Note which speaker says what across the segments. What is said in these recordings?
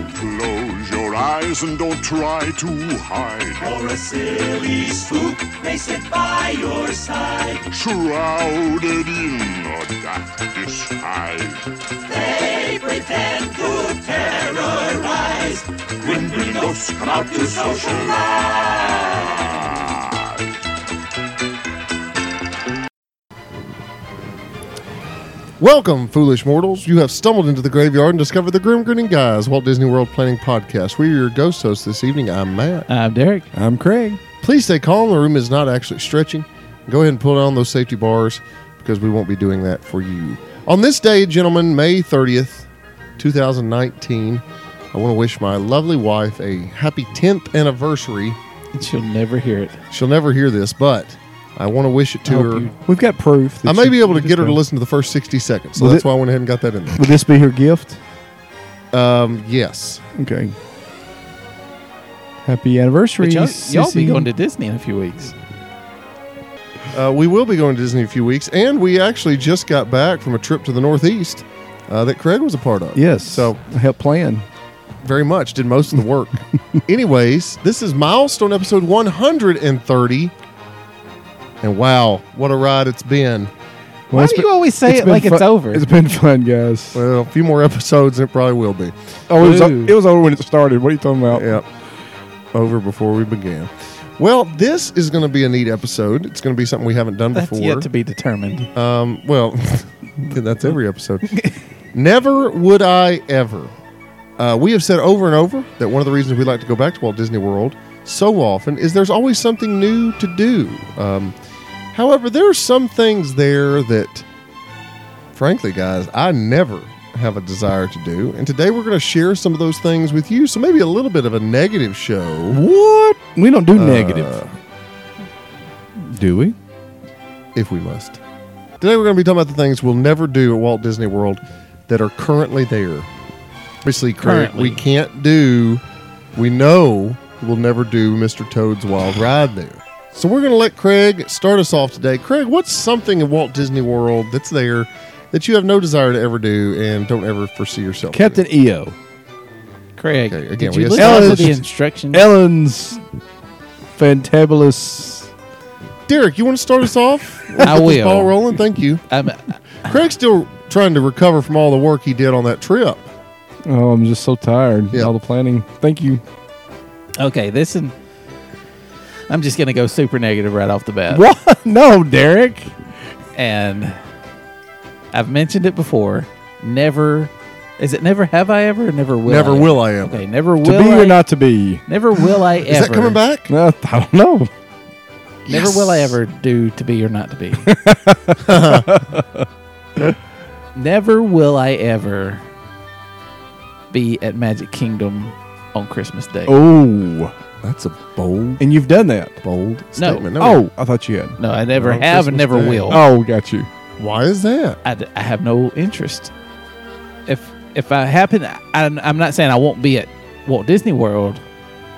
Speaker 1: Close your eyes and don't try to hide.
Speaker 2: Or a silly spook may sit by your side.
Speaker 1: Shrouded in a dark disguise.
Speaker 2: They pretend to terrorize. Grim green ghosts come out to socialize.
Speaker 3: Welcome, foolish mortals. You have stumbled into the graveyard and discovered the Grim Grinning Guys Walt Disney World Planning Podcast. We are your ghost hosts this evening. I'm Matt.
Speaker 4: I'm Derek.
Speaker 5: I'm Craig.
Speaker 3: Please stay calm. The room is not actually stretching. Go ahead and pull down those safety bars because we won't be doing that for you. On this day, gentlemen, May 30th, 2019, I want to wish my lovely wife a happy 10th anniversary.
Speaker 4: And she'll never hear it.
Speaker 3: She'll never hear this, but I want to wish it to
Speaker 4: I hope
Speaker 3: her.
Speaker 4: you-
Speaker 5: We've got proof. That
Speaker 3: I may
Speaker 5: you-
Speaker 3: be able to get her to listen to the first 60 seconds, so
Speaker 5: Was
Speaker 3: that's
Speaker 5: it-
Speaker 3: why I went ahead and got that in there.
Speaker 5: Would this be her gift?
Speaker 3: Um, yes.
Speaker 5: Okay. Happy anniversary.
Speaker 4: But y'all, y'all be
Speaker 5: sissy.
Speaker 4: going to Disney in a few weeks.
Speaker 3: Uh, we will be going to Disney in a few weeks, and we actually just got back from a trip to the Northeast uh, that Craig was a part of.
Speaker 5: Yes.
Speaker 3: So,
Speaker 5: I help plan.
Speaker 3: very much, did most of the work. Anyways, this is milestone episode 130. And wow, what a ride it's been.
Speaker 4: Why do you always say it like it's over?
Speaker 5: It's been fun, guys.
Speaker 3: Well, a few more episodes, and it probably will be.
Speaker 5: Oh, it was,
Speaker 4: Ooh.
Speaker 5: it was over when it started. What are you talking about?
Speaker 3: Yep. Over before we began. Well, this is going to be a neat episode. It's going to be something we haven't done
Speaker 4: That's
Speaker 3: before.
Speaker 4: yet to be determined.
Speaker 5: Uh,
Speaker 3: Um, well, that's every episode. Never would I ever. Uh, we have said over and over that one of the reasons we like to go back to Walt Disney World so often is there's always something new to do. Um, however, there are some things there that, frankly, guys, I never have a desire to do. And today we're going to share some of those things with you. So maybe a little bit of a negative show.
Speaker 5: What? We don't do negative. uh, Do we?
Speaker 3: if we must. Today we're going to be talking about the things we'll never do at Walt Disney World that are currently there. Obviously, current
Speaker 4: Currently.
Speaker 3: we can't do. We know we'll never do Mr. Toad's Wild Ride there. So we're going to let Craig start us off today. Craig, what's something at Walt Disney World that's there that you have no desire to ever do and don't ever foresee yourself?
Speaker 5: Captain EO.
Speaker 4: E Craig,
Speaker 3: Okay, again,
Speaker 4: did
Speaker 3: we
Speaker 4: you
Speaker 3: established-
Speaker 4: listen to the instructions?
Speaker 5: Ellen's fantabulous.
Speaker 3: doing? Derek, you want to start us off? We'll
Speaker 4: I
Speaker 3: get this
Speaker 4: will.
Speaker 3: Ball rolling. Thank you.
Speaker 4: Um,
Speaker 3: Craig's still trying to recover from all the work he did on that trip.
Speaker 5: Oh, I'm just so tired.
Speaker 3: Yeah.
Speaker 5: All the planning. Thank you.
Speaker 4: okay, this and I'm just gonna go super negative right off the bat.
Speaker 5: What? No, Derek.
Speaker 4: And I've mentioned it before. Never. Is it never have I ever? Or never will.
Speaker 3: Never
Speaker 4: I
Speaker 3: will I
Speaker 4: ever?
Speaker 3: ever.
Speaker 4: Okay, never will.
Speaker 5: To be
Speaker 4: I,
Speaker 5: or not to be?
Speaker 4: Never will I ever.
Speaker 3: Is that coming back?
Speaker 5: Uh, I don't know.
Speaker 4: Never
Speaker 3: Yes.
Speaker 4: will I ever do to be or not to be. Never will I ever be at Magic Kingdom on Christmas Day.
Speaker 5: Oh,
Speaker 3: That's a bold,
Speaker 5: and you've done that.
Speaker 3: bold
Speaker 4: No.
Speaker 3: statement.
Speaker 5: Oh, I thought you had.
Speaker 4: No, I never
Speaker 3: On
Speaker 4: have and
Speaker 3: Christmas
Speaker 4: never
Speaker 3: Day.
Speaker 4: will.
Speaker 5: Oh, got you.
Speaker 3: why is that?
Speaker 4: I, d- I have no interest. If if I happen, I, I'm I'm not saying I won't be at Walt Disney World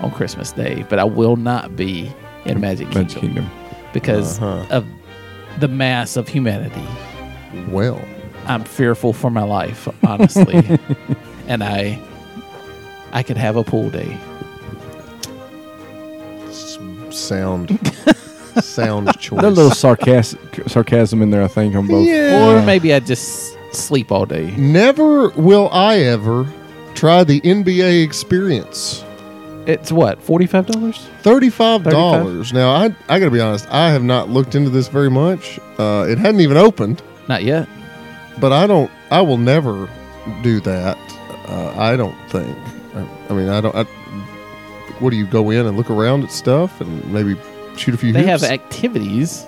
Speaker 4: on Christmas Day, but I will not be in Magic Kingdom,
Speaker 5: Magic Kingdom.
Speaker 4: because
Speaker 3: Uh-huh.
Speaker 4: of the mass of humanity.
Speaker 3: Well,
Speaker 4: I'm fearful for my life, honestly. and I I could have a pool day.
Speaker 3: s- sound, sound choice.
Speaker 5: There's a little sarcasm, sarcasm in there, I think, on both.
Speaker 3: Yeah.
Speaker 4: Or maybe I just sleep all day.
Speaker 3: Never will I ever try the NBA experience.
Speaker 4: It's what, forty five dollars?
Speaker 3: Thirty-five dollars. Now, I I gotta be honest. I have not looked into this very much. Uh, it hadn't even opened,
Speaker 4: Not yet.
Speaker 3: but I don't. I will never do that. Uh, I don't think. I, I mean, I don't. I, what do you go in and look around at stuff and maybe shoot a few?
Speaker 4: They
Speaker 3: hoops?
Speaker 4: have activities.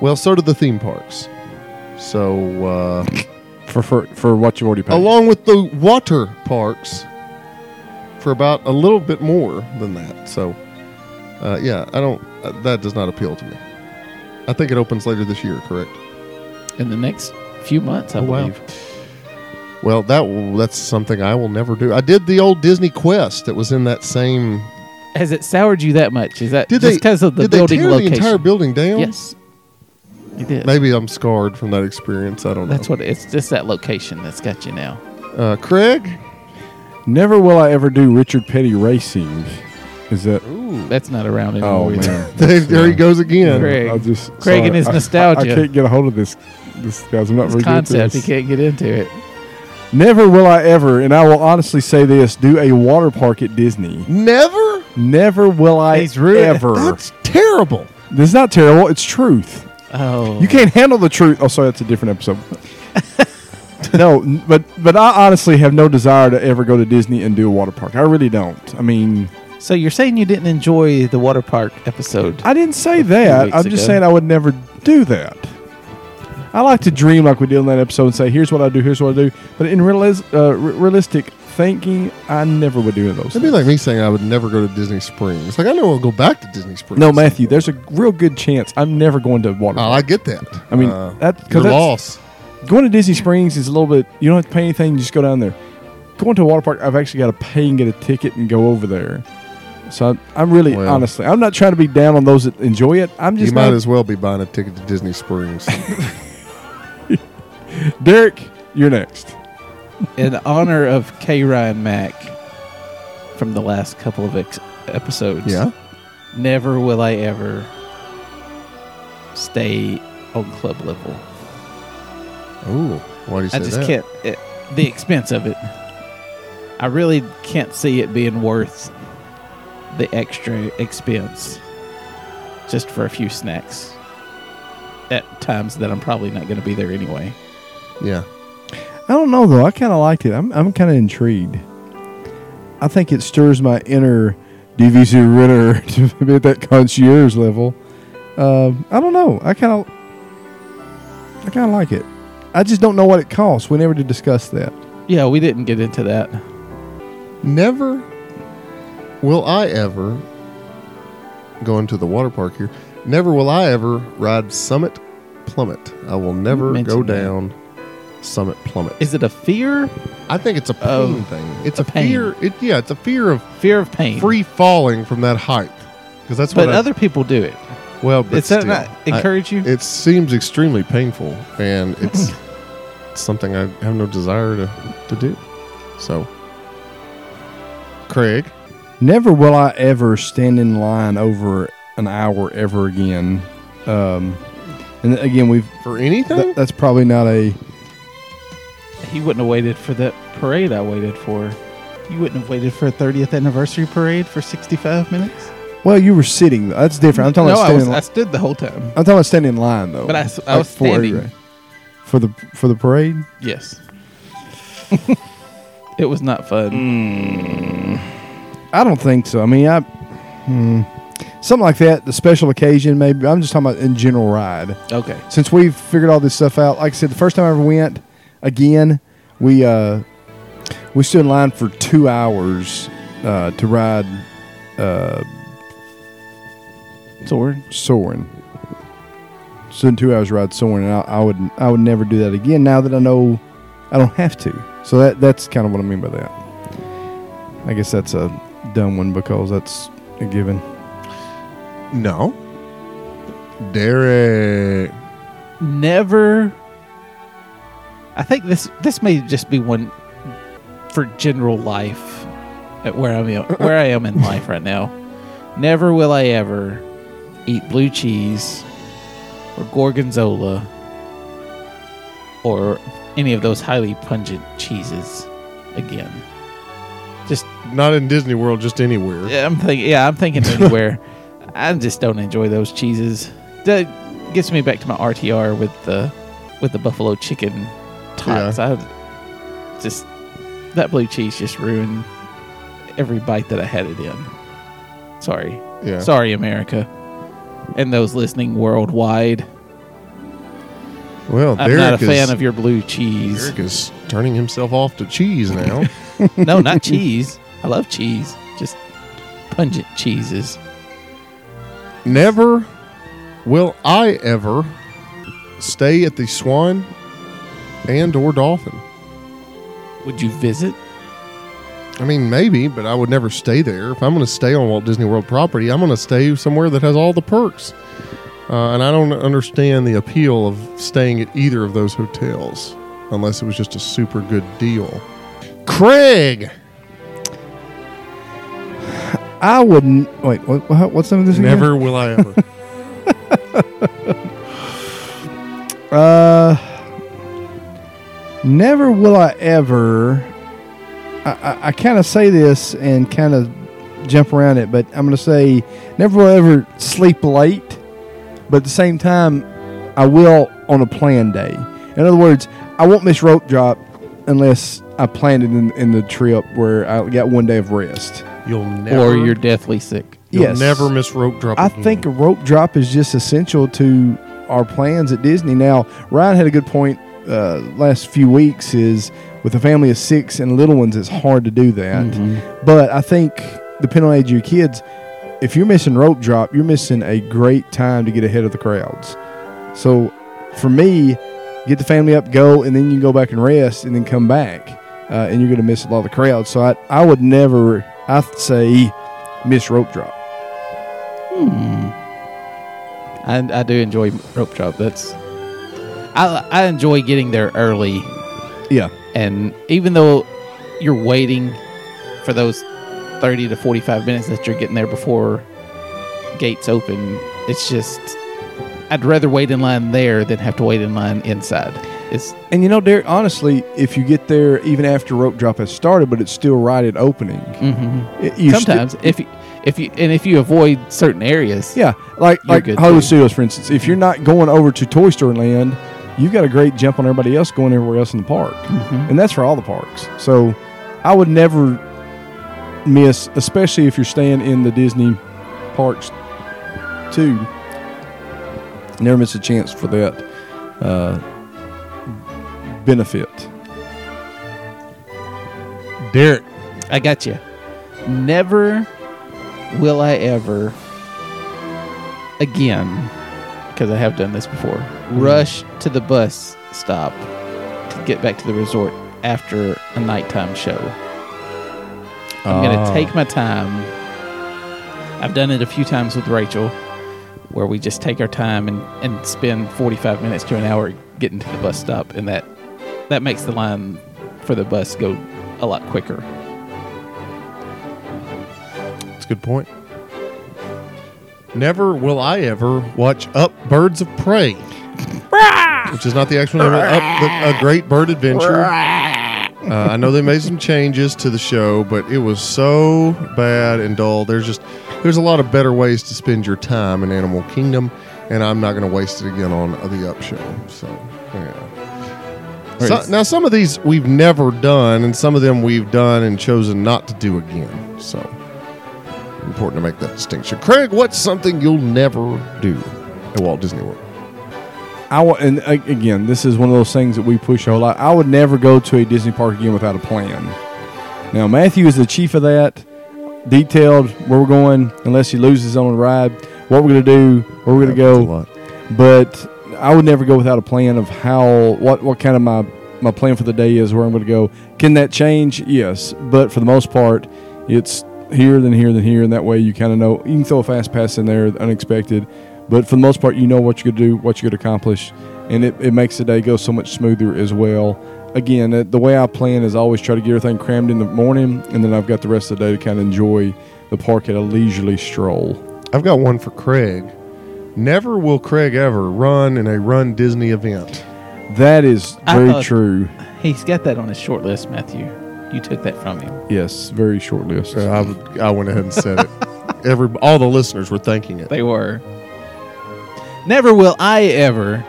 Speaker 3: Well, so do the theme parks. So, uh,
Speaker 5: For, for for what you already paid.
Speaker 3: along with the water parks, for about a little bit more than that. So, uh, yeah, I don't. Uh, that does not appeal to me. I think it opens later this year. Correct.
Speaker 4: in the next few months, I
Speaker 3: Oh, wow.
Speaker 4: believe.
Speaker 3: Well, that will, that's something I will never do. I did the old Disney Quest that was in that same.
Speaker 4: Has it soured you that much? Is that
Speaker 3: Did
Speaker 4: just
Speaker 3: they
Speaker 4: because of the
Speaker 3: did
Speaker 4: building
Speaker 3: they tear
Speaker 4: location?
Speaker 3: the entire building down?
Speaker 4: yes, you did.
Speaker 3: Maybe I'm scarred from that experience. I don't
Speaker 4: That's
Speaker 3: know.
Speaker 4: what it's just that location that's got you now.
Speaker 3: That's what. Uh, Craig.
Speaker 5: Never will I ever do Richard Petty racing. Is that?
Speaker 4: That's not around anymore.
Speaker 5: Oh
Speaker 4: either.
Speaker 5: man,
Speaker 3: There, there he goes again.
Speaker 4: Great. Craig.
Speaker 5: I just
Speaker 4: Craig
Speaker 5: sorry.
Speaker 4: and his
Speaker 5: I- I- I,
Speaker 4: nostalgia.
Speaker 5: can't get a hold of this. This guys, I'm not
Speaker 4: This
Speaker 5: very good at
Speaker 4: concept, he
Speaker 5: this.
Speaker 4: can't get into it.
Speaker 5: Never will I ever, and I will honestly say this: do a water park at Disney.
Speaker 3: Never.
Speaker 5: Never will I
Speaker 4: He's rude.
Speaker 5: ever.
Speaker 3: That's terrible.
Speaker 5: this is not terrible. It's truth.
Speaker 4: Oh,
Speaker 5: You can't handle the truth. Oh, sorry, that's a different episode. no, n- but but I honestly have no desire to ever go to Disney and do a water park. I really don't. I mean,
Speaker 4: So you're saying you didn't enjoy the water park episode?
Speaker 5: I didn't say
Speaker 4: weeks
Speaker 5: that. I'm just
Speaker 4: ago.
Speaker 5: saying I would never do that. I like to dream like we did in that episode and say, "Here's what I do. Here's what I do." But in realis- uh, re- realistic thinking, I never would do any of those.
Speaker 3: That'd be
Speaker 5: things.
Speaker 3: like me saying I would never go to Disney Springs. Like I know I'll go back to Disney Springs.
Speaker 5: no, Matthew. There's a real good chance I'm never going to a water.
Speaker 3: Oh, I
Speaker 5: Park.
Speaker 3: get that.
Speaker 5: I mean,
Speaker 3: Uh,
Speaker 5: that- 'cause
Speaker 3: your
Speaker 5: that's-
Speaker 3: loss.
Speaker 5: going to Disney Springs is a little bit. You don't have to pay anything. You just go down there. Going to a water park, I've actually got to pay and get a ticket and go over there. So I'm, I'm really,
Speaker 3: Well.
Speaker 5: honestly, I'm not trying to be down on those that enjoy it. I'm
Speaker 3: You
Speaker 5: just
Speaker 3: might
Speaker 5: not.
Speaker 3: as well be buying a ticket to Disney Springs.
Speaker 5: Derek, you're next.
Speaker 4: in honor of K Ryan Mack from the last couple of ex- episodes.
Speaker 3: yeah.
Speaker 4: Never will I ever stay on club level.
Speaker 3: Oh, why do you say
Speaker 4: I just
Speaker 3: that?
Speaker 4: can't. It, the expense of it. I really can't see it being worth the extra expense just for a few snacks at times that I'm probably not going to be there anyway.
Speaker 3: Yeah.
Speaker 5: I don't know though. I kind of liked it. I'm, I'm kind of intrigued. I think it stirs my inner DVC Ritter to be at that concierge level. Um, I don't know. I kind of, I kind of like it. I just don't know what it costs. We never did discuss that.
Speaker 4: Yeah, we didn't get into that.
Speaker 3: Never will I ever go into the water park here. Never will I ever ride Summit Plummet. I will never go
Speaker 4: mentioned that.
Speaker 3: down Summit Plummet.
Speaker 4: Is it a fear?
Speaker 3: I think it's a pain
Speaker 4: Oh,
Speaker 3: thing. It's
Speaker 4: a
Speaker 3: a,
Speaker 4: pain.
Speaker 3: fear. It, yeah, it's a fear of
Speaker 4: Fear of pain.
Speaker 3: free falling from that height because that's what
Speaker 4: but
Speaker 3: I-
Speaker 4: other people do it.
Speaker 3: well. But
Speaker 4: Does that
Speaker 3: still,
Speaker 4: not
Speaker 3: I-
Speaker 4: encourage you? Hmm.
Speaker 3: it seems extremely painful, and it's something I have no desire to to do. So, Craig,
Speaker 5: Never will I ever stand in line over an hour ever again. Um, and again, we've
Speaker 3: for anything,
Speaker 5: th- that's probably not a
Speaker 4: He wouldn't have waited for that parade I waited for. You wouldn't have waited for a 30th anniversary parade for 65 minutes?
Speaker 5: well. You were sitting. That's different. I'm talking
Speaker 4: no,
Speaker 5: about
Speaker 4: I,
Speaker 5: standing.
Speaker 4: was,
Speaker 5: in li-
Speaker 4: I stood the whole time.
Speaker 5: I'm talking about standing in line though.
Speaker 4: But I s- I was
Speaker 5: for
Speaker 4: standing.
Speaker 5: everything. for the for the parade.
Speaker 4: Yes. it was not fun.
Speaker 5: I don't think so. I mean, I hmm, something like that. The special occasion, maybe. I'm just talking about in general ride.
Speaker 4: Okay.
Speaker 5: Since we've figured all this stuff out, like I said, the first time I ever went, again, we uh, we stood in line for two hours uh, to ride uh,
Speaker 4: Soren.
Speaker 5: Soren. Stood in two hours to ride Soren, and I, I would I would never do that again. Now that I know I don't have to, so that that's kind of what I mean by that. I guess that's a dumb one because that's a given.
Speaker 3: no, Derek.
Speaker 4: Never. I think this this may just be one for general life at where I'm at- where I am in life right now. Never will I ever eat blue cheese or gorgonzola or any of those highly pungent cheeses again. Just
Speaker 3: Not in Disney World, just anywhere.
Speaker 4: Yeah, I'm thinking. Yeah, I'm thinking anywhere. I just don't enjoy those cheeses. That gets me back to my RTR with the with the buffalo chicken tots. I just that blue cheese just ruined every bite that I had it in. Sorry,
Speaker 3: Yeah.
Speaker 4: sorry, America, and those listening worldwide.
Speaker 3: Well,
Speaker 4: I'm
Speaker 3: Derek
Speaker 4: not a fan
Speaker 3: is,
Speaker 4: of your blue cheese.
Speaker 3: Derek is turning himself off to cheese now.
Speaker 4: no, not cheese. I love cheese. Just pungent cheeses.
Speaker 3: Never will I ever stay at the Swan and or Dolphin.
Speaker 4: Would you visit?
Speaker 3: I mean, maybe, but I would never stay there. If I'm going to stay on Walt Disney World property, I'm going to stay somewhere that has all the perks. Uh, and I don't understand the appeal of staying at either of those hotels unless it was just a super good deal. Craig,
Speaker 5: I wouldn't. Wait, what, what- what's the name of this again?
Speaker 3: Never will I ever.
Speaker 5: Uh, never will I ever. I, I, I kind of say this and kind of jump around it, but I'm going to say never will I ever sleep late, but at the same time, I will on a planned day. In other words, I won't miss rope drop unless I planned it in, in the trip where I got one day of rest.
Speaker 3: You'll never.
Speaker 4: or you're deathly sick.
Speaker 3: You'll
Speaker 5: yes.
Speaker 3: never miss rope drop.
Speaker 5: I
Speaker 3: again.
Speaker 5: think a rope drop is just essential to our plans at Disney. Now, Ryan had a good point uh, last few weeks is with a family of six and little ones, it's hard to do that. But I think depending on the age of your kids, if you're missing rope drop, you're missing a great time to get ahead of the crowds. So for me, get the family up, go, and then you can go back and rest and then come back. Uh, and you're going to miss a lot of the crowd. So I, I would never, I say, miss rope drop.
Speaker 4: I, I do enjoy rope drop. That's I I enjoy getting there early,
Speaker 5: Yeah.
Speaker 4: and even though you're waiting for those thirty to forty five minutes that you're getting there before gates open, it's just I'd rather wait in line there than have to wait in line inside. It's
Speaker 5: And you know, Derek, honestly, if you get there even after rope drop has started, but it's still right at opening, it-
Speaker 4: Mm-hmm.
Speaker 5: you sti-
Speaker 4: sometimes if you if you and if you avoid certain areas,
Speaker 5: yeah, like
Speaker 4: You're
Speaker 5: like
Speaker 4: good,
Speaker 5: Hollywood
Speaker 4: too.
Speaker 5: Studios, for instance, if you're not going over to Toy Story Land, you've got a great jump on everybody else going everywhere else in the park,
Speaker 4: Mm-hmm.
Speaker 5: and that's for all the parks. So, I would never miss, especially if you're staying in the Disney parks, too. Never miss a chance for that uh, benefit.
Speaker 3: Derek.
Speaker 4: I got you. Never will I ever again, because I have done this before, rush to the bus stop to get back to the resort after a nighttime show. I'm going to take my time. I've done it a few times with Rachel where we just take our time and, and spend 45 minutes to an hour getting to the bus stop, and that, that makes the line for the bus go a lot quicker.
Speaker 3: That's a good point. Never will I ever watch Up Birds of Prey, which is not the actual name. of it, Up, but a great bird adventure. Uh, I know they made some changes to the show, but it was so bad and dull. There's just there's a lot of better ways to spend your time in Animal Kingdom, and I'm not going to waste it again on the Up show. So yeah. So- now some of these we've never done, and some of them we've done and chosen not to do again. So important to make that distinction. Craig, what's something you'll never do at Walt Disney World?
Speaker 5: I want, and a- again, this is one of those things that we push a whole lot. I would never go to a Disney park again without a plan. Now, Matthew is the chief of that, detailed where we're going, unless he loses on a ride, what we're going to do, where we're going to
Speaker 3: That's a
Speaker 5: go
Speaker 3: lot.
Speaker 5: but I would never go without a plan of how what what kind of my my plan for the day is where I'm going to go. Can that change? Yes, but for the most part, it's here then here then here, and that way you kind of know. You can throw a fast pass in there, unexpected, but for the most part, you know what you're going to do, what you're going to accomplish, and it, it makes the day go so much smoother as well. Again, uh, the way I plan is I always try to get everything crammed in the morning, and then I've got the rest of the day to kind of enjoy the park at a leisurely stroll.
Speaker 3: I've got one for Craig. Never will Craig ever run in a Run Disney event.
Speaker 5: That is
Speaker 4: I
Speaker 5: very
Speaker 4: thought-
Speaker 5: true.
Speaker 4: He's got that on his short list, Matthew. You took that from him.
Speaker 5: Yes, very short list.
Speaker 3: Uh, I, would- I went ahead and said it. Every all the listeners were thanking it.
Speaker 4: They were. Never will I ever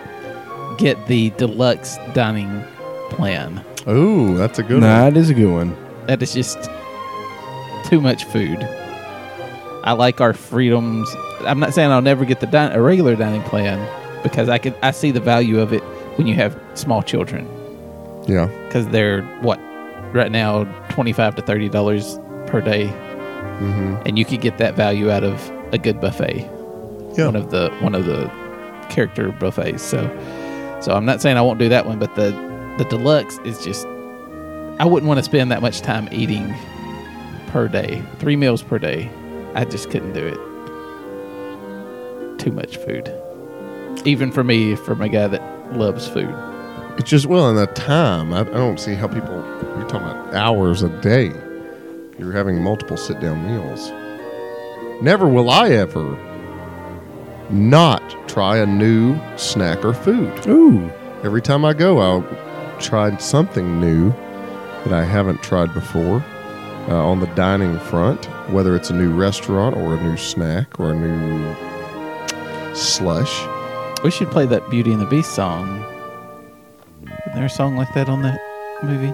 Speaker 4: get the deluxe dining plan.
Speaker 3: Ooh, that's a good
Speaker 5: nah,
Speaker 3: one.
Speaker 5: it is a good one.
Speaker 4: That is just too much food. I like our freedoms. I'm not saying I'll never get the din- a regular dining plan because I could I see the value of it when you have small children
Speaker 3: Yeah,
Speaker 4: because they're what right now twenty five to thirty dollars per day, and you could get that value out of a good buffet. one
Speaker 3: yeah.
Speaker 4: of the one of the character buffets. So, so I'm not saying I won't do that one, but the the deluxe is just I wouldn't want to spend that much time eating per day, three meals per day. I just couldn't do it. Too much food, even for me, from a guy that loves food.
Speaker 3: It's just well, in the time, I, I don't see how people. You're talking about hours a day. You're having multiple sit-down meals. Never will I ever not try a new snack or food.
Speaker 5: Ooh.
Speaker 3: Every time I go, I'll try something new that I haven't tried before uh, on the dining front, whether it's a new restaurant or a new snack or a new slush.
Speaker 4: We should play that Beauty and the Beast song. Isn't there a song like that on that movie?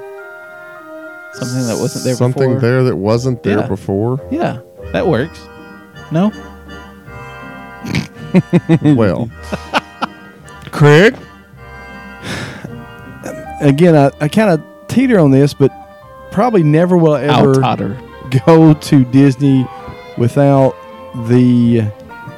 Speaker 4: Something that wasn't there
Speaker 3: Something
Speaker 4: before.
Speaker 3: there that wasn't there
Speaker 4: Yeah.
Speaker 3: before.
Speaker 4: Yeah, that works. No?
Speaker 3: well, Craig?
Speaker 5: Again, I, I kind of teeter on this, but probably never will I
Speaker 4: I'll
Speaker 5: ever
Speaker 4: totter.
Speaker 5: go to Disney without the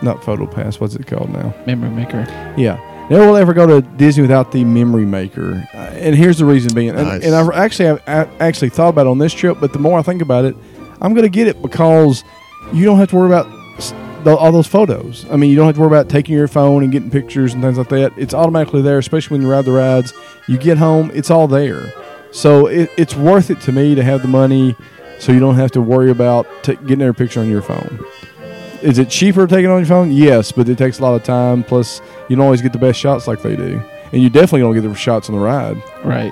Speaker 5: not photo pass. What's it called now?
Speaker 4: Memory Maker.
Speaker 5: Yeah. Never will I ever go to Disney without the memory maker. Uh, and here's the reason being, and,
Speaker 3: Nice.
Speaker 5: and I've actually I've, I actually thought about it on this trip, but the more I think about it, I'm going to get it because you don't have to worry about s- the, all those photos. I mean, you don't have to worry about taking your phone and getting pictures and things like that. It's automatically there, especially when you ride the rides. You get home, it's all there. So it, it's worth it to me to have the money, so you don't have to worry about t- getting every picture on your phone is it cheaper to take it on your phone? Yes, but it takes a lot of time. Plus, you don't always get the best shots like they do, and you definitely don't get the shots on the ride.
Speaker 4: Right.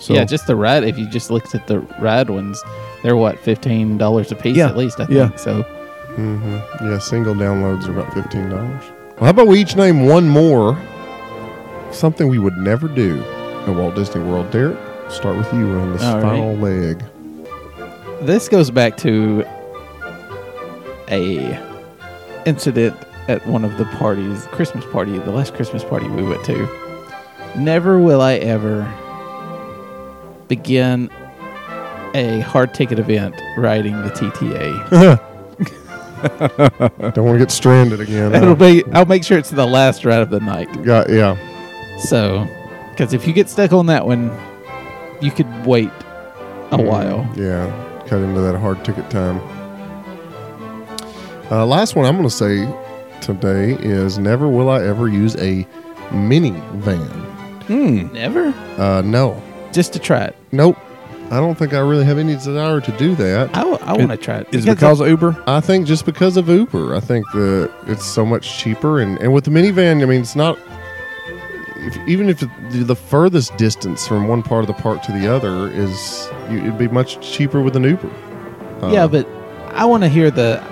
Speaker 5: So
Speaker 4: yeah, just the ride. If you just looked at the ride ones, they're what fifteen dollars a piece
Speaker 5: Yeah,
Speaker 4: at least. I think.
Speaker 5: yeah.
Speaker 4: So
Speaker 3: Yeah, single downloads are about $15. Well, how about we each name one more? Something we would never do at Walt Disney World. Derek, start with you on this
Speaker 4: All right.
Speaker 3: final leg.
Speaker 4: this goes back to a incident at one of the parties, Christmas party, the last Christmas party we went to. Never will I ever begin a hard ticket event riding the TTA.
Speaker 3: Don't want to get stranded again. huh?
Speaker 4: It'll be. I'll make sure it's the last ride of the night.
Speaker 3: Got, yeah.
Speaker 4: So, because if you get stuck on that one, you could wait a
Speaker 5: Hmm.
Speaker 4: while.
Speaker 3: Yeah, cut into that hard ticket time. Uh, last one I'm going to say today is never will I ever use a minivan.
Speaker 4: Never?
Speaker 3: Uh, no,
Speaker 4: Just to try it.
Speaker 3: nope. I don't think I really have any desire to do that.
Speaker 4: I, want to try it.
Speaker 5: is it because of Uber?
Speaker 3: I think just because of Uber, I think the it's so much cheaper, and and with the minivan, I mean, it's not. If, even if the, the furthest distance from one part of the park to the other is, you, it'd be much cheaper with an Uber. Uh,
Speaker 4: yeah, but I want to hear the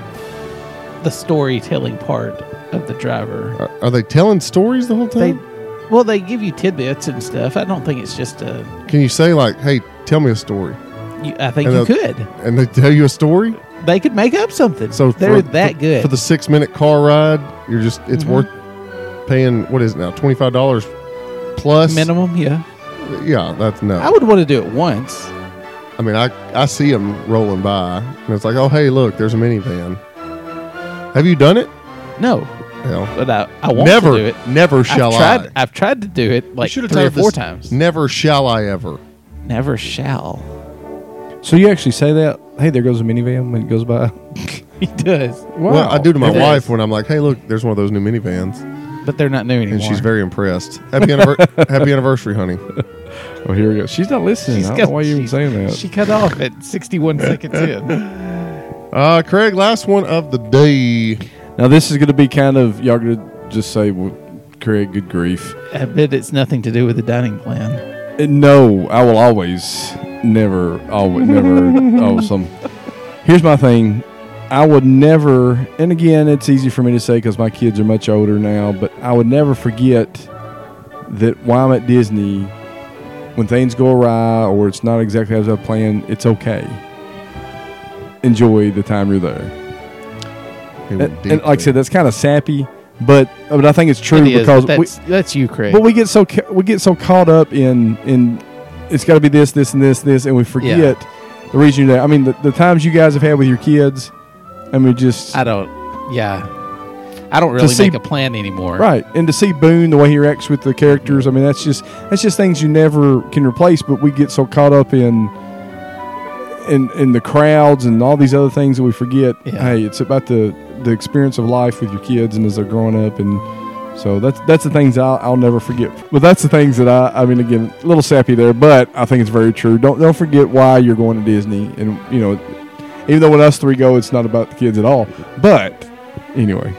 Speaker 4: the storytelling part of the driver.
Speaker 3: Are, are they telling stories the whole
Speaker 4: They
Speaker 3: time?
Speaker 4: well, they give you tidbits and stuff. I don't think it's just a.
Speaker 3: Can you say like, "Hey, tell me a story,"
Speaker 4: You, I think
Speaker 3: And
Speaker 4: you
Speaker 3: the-
Speaker 4: could.
Speaker 3: and they tell you a story?
Speaker 4: They could make up something.
Speaker 3: So
Speaker 4: they're
Speaker 3: for-
Speaker 4: that
Speaker 3: for-
Speaker 4: good.
Speaker 3: for the six-minute car ride. You're just it's
Speaker 4: Mhm.
Speaker 3: worth paying what is it now twenty five dollars plus
Speaker 4: minimum, yeah.
Speaker 3: Yeah, that's no.
Speaker 4: I would want to do it once.
Speaker 3: I mean, I I see them rolling by, and it's like, oh hey, look, there's a minivan. Have you done it?
Speaker 4: No,
Speaker 3: Hell,
Speaker 4: but I, I want
Speaker 3: never,
Speaker 4: to do it.
Speaker 3: never shall
Speaker 4: I've tried,
Speaker 3: I.
Speaker 4: have tried to do it like
Speaker 3: should
Speaker 4: three
Speaker 3: have
Speaker 4: or
Speaker 3: titled
Speaker 4: four
Speaker 3: this,
Speaker 4: times.
Speaker 3: Never shall I ever.
Speaker 4: Never shall.
Speaker 5: So you actually say that? Hey, there goes a minivan when it goes by.
Speaker 4: He does,
Speaker 5: Wow.
Speaker 3: Well, I do to my
Speaker 4: It
Speaker 3: wife
Speaker 4: is.
Speaker 3: when I'm like, hey, look, there's one of those new minivans,
Speaker 4: but they're not new anymore.
Speaker 3: and she's very impressed. Happy, anniver- happy anniversary, honey.
Speaker 5: Oh, here we go. She's not listening.
Speaker 4: She's
Speaker 5: I don't
Speaker 4: got-
Speaker 5: know why you're even
Speaker 4: she-
Speaker 5: saying that.
Speaker 4: She cut off at 61 seconds in.
Speaker 3: Uh, Craig, last one of the day.
Speaker 5: now this is going to be kind of y'all going to just say, well, Craig, good grief.
Speaker 4: I bet it's nothing to do with the dining plan.
Speaker 5: Uh, No, I will always, never, always, never. oh, some. Here's my thing. I would never, and again, it's easy for me to say because my kids are much older now, but I would never forget that while I'm at Disney, when things go awry or it's not exactly as I planned, it's okay. Enjoy the time you're there.
Speaker 3: It went
Speaker 5: And,
Speaker 3: deep
Speaker 5: and like I
Speaker 3: there.
Speaker 5: said, that's kind of sappy, but but I think it's true
Speaker 4: It is,
Speaker 5: because
Speaker 4: but
Speaker 5: we,
Speaker 4: that's, that's you, Craig.
Speaker 5: but we get so ca- we get so caught up in in it's got to be this, this, and this, this, and we forget the reason you're there. I mean, the, the times you guys have had with your kids. I mean, just
Speaker 4: I don't. Yeah. I don't really
Speaker 5: see-
Speaker 4: make a plan anymore.
Speaker 5: right, and to see Boone the way he reacts with the characters. I mean, that's just that's just things you never can replace. But we get so caught up in in in the crowds and all these other things that we forget.
Speaker 4: Yeah.
Speaker 5: Hey, it's about the the experience of life with your kids and as they're growing up and. So that's that's the things I'll, I'll never forget. But that's the things that I I mean again a little sappy there, but I think it's very true. Don't don't forget why you're going to Disney, and you know, Even though when us three go, it's not about the kids at all. But anyway,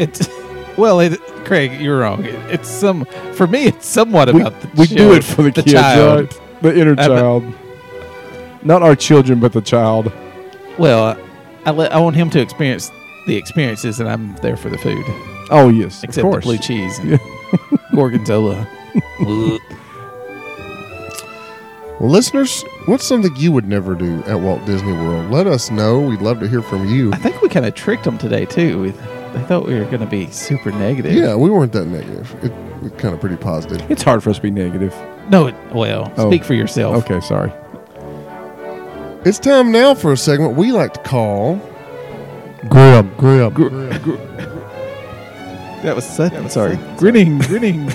Speaker 4: It's well, it, Craig, you're wrong. It, it's some for me. It's somewhat
Speaker 5: we,
Speaker 4: about the
Speaker 5: we do
Speaker 4: child-
Speaker 5: it for the, kids,
Speaker 4: child.
Speaker 5: right? The inner
Speaker 4: Uh, but-
Speaker 5: child. Not our children, but the child.
Speaker 4: Well, I, let, I want him to experience the experiences, and I'm there for the food,
Speaker 5: Oh yes,
Speaker 4: except
Speaker 5: of
Speaker 4: the
Speaker 5: course.
Speaker 4: blue cheese and
Speaker 5: Yeah.
Speaker 4: gorgonzola.
Speaker 3: Well, listeners, what's something you would never do at Walt Disney World? Let us know. We'd love to hear from you.
Speaker 4: I think we kind of tricked them today too. We, they thought we were going to be super negative.
Speaker 3: Yeah, we weren't that negative. It, it's kind of pretty positive.
Speaker 5: It's hard for us to be negative.
Speaker 4: No. It, well,
Speaker 5: Oh.
Speaker 4: speak for yourself.
Speaker 5: Okay, sorry.
Speaker 3: It's time now for a segment we like to call.
Speaker 5: Grim, grim,
Speaker 4: That was such. I'm sorry.
Speaker 5: grinning, grinning,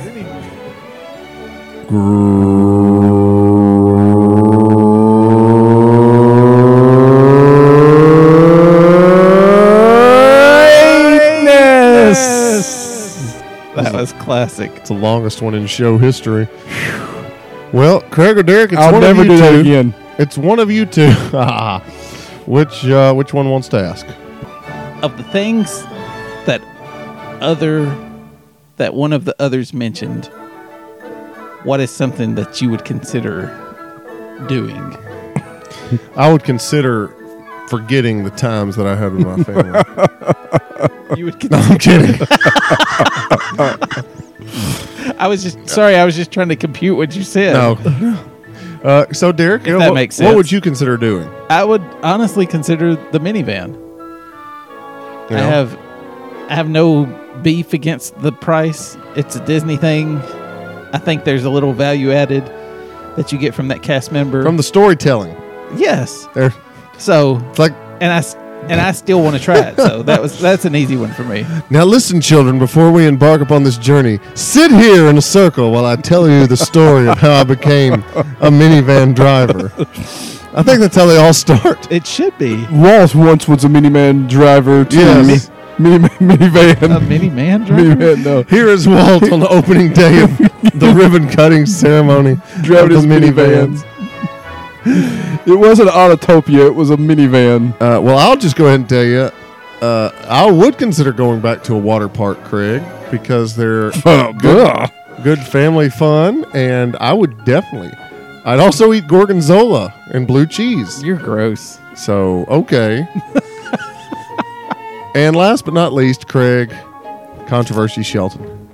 Speaker 4: Greatness. That was classic.
Speaker 3: It's the longest one in show history. Well, Craig or Derek, it's
Speaker 5: I'll
Speaker 3: one
Speaker 5: never
Speaker 3: of you
Speaker 5: do that
Speaker 3: two.
Speaker 5: again.
Speaker 3: It's one of you two. which uh, which one wants to ask?
Speaker 4: Of the things that other that one of the others mentioned, what is something that you would consider doing?
Speaker 3: I would consider forgetting the times that I had with my family.
Speaker 4: You would consider.
Speaker 3: I'm kidding.
Speaker 4: I was just sorry. I was just trying to compute what you said.
Speaker 3: No. Uh, so, Derek, you know,
Speaker 4: that
Speaker 3: what,
Speaker 4: makes
Speaker 3: what would
Speaker 4: sense.
Speaker 3: you consider doing?
Speaker 4: I would honestly consider the minivan.
Speaker 3: You
Speaker 4: I
Speaker 3: know?
Speaker 4: have I have no beef against the price. It's a Disney thing. I think there's a little value added that you get from that cast member.
Speaker 3: from the storytelling.
Speaker 4: yes.
Speaker 3: There,
Speaker 4: So
Speaker 3: it's like
Speaker 4: and I s- and I still want to try it. So that was that's an easy one for me.
Speaker 3: now. Listen, children, before we embark upon this journey, sit here in a circle while I tell you the story of how I became a minivan driver. I think that's how they all start.
Speaker 4: It should be
Speaker 5: Ross once was a minivan driver too.
Speaker 3: Yes.
Speaker 5: Mini, minivan.
Speaker 4: a minivan driver.
Speaker 5: minivan, no.
Speaker 3: Here is Walt on the opening day of the ribbon cutting ceremony.
Speaker 5: Driving
Speaker 3: of the
Speaker 5: his minivans. it wasn't an Autotopia, it was a minivan.
Speaker 3: Uh, well, I'll just go ahead and tell you, uh, I would consider going back to a water park, Craig, because they're
Speaker 5: Oh, God.
Speaker 3: good family fun, and I would definitely. I'd also eat gorgonzola and blue cheese.
Speaker 4: You're gross.
Speaker 3: So, okay. and last but not least, Craig, controversy Shelton.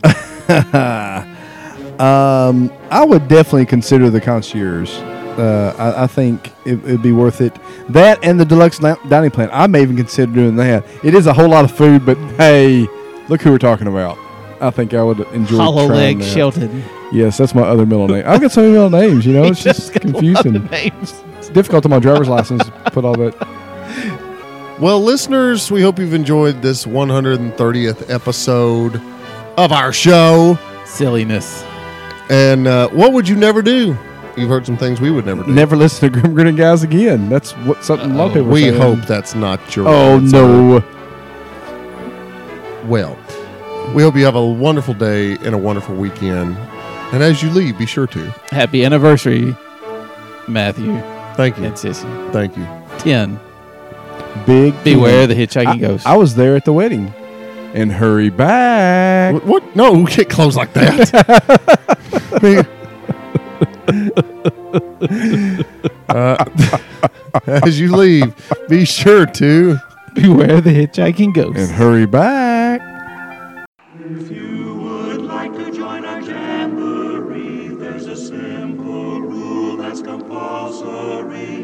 Speaker 5: Um, I would definitely consider the concierge. Uh, I, I think it would be worth it. That and the deluxe na- dining plan. I may even consider doing that. It is a whole lot of food, but hey, look who we're talking about. I think I would enjoy
Speaker 4: Hollow
Speaker 5: trying
Speaker 4: leg
Speaker 5: that.
Speaker 4: Shelton.
Speaker 5: Yes, that's my other middle name. I've got so many middle names, you know, it's just,
Speaker 4: got a lot of
Speaker 5: confusing.
Speaker 4: names.
Speaker 5: It's difficult on my driver's license to put all that.
Speaker 3: Well, listeners, we hope you've enjoyed this 130th episode of our show.
Speaker 4: Silliness.
Speaker 3: And uh, what would you never do? You've heard some things we would never do.
Speaker 5: Never listen to Grim Grinning Guys again. That's what something a lot of people are
Speaker 3: We
Speaker 5: saying.
Speaker 3: hope that's not your
Speaker 5: Oh,
Speaker 3: answer.
Speaker 5: no.
Speaker 3: Well, we hope you have a wonderful day and a wonderful weekend. And as you leave, be sure to.
Speaker 4: Happy anniversary, Matthew
Speaker 3: Thank you.
Speaker 4: and Sissy.
Speaker 3: Thank you.
Speaker 4: Ten.
Speaker 5: Big
Speaker 4: Beware the hitchhiking ghost.
Speaker 5: I, I was there at the wedding. And hurry back.
Speaker 3: Wh- What? No, we can't close like that. I mean, uh, as you leave, be sure to.
Speaker 4: Beware the hitchhiking ghost.
Speaker 5: And hurry back.
Speaker 2: If you would like to join our jamboree, there's a simple rule that's compulsory.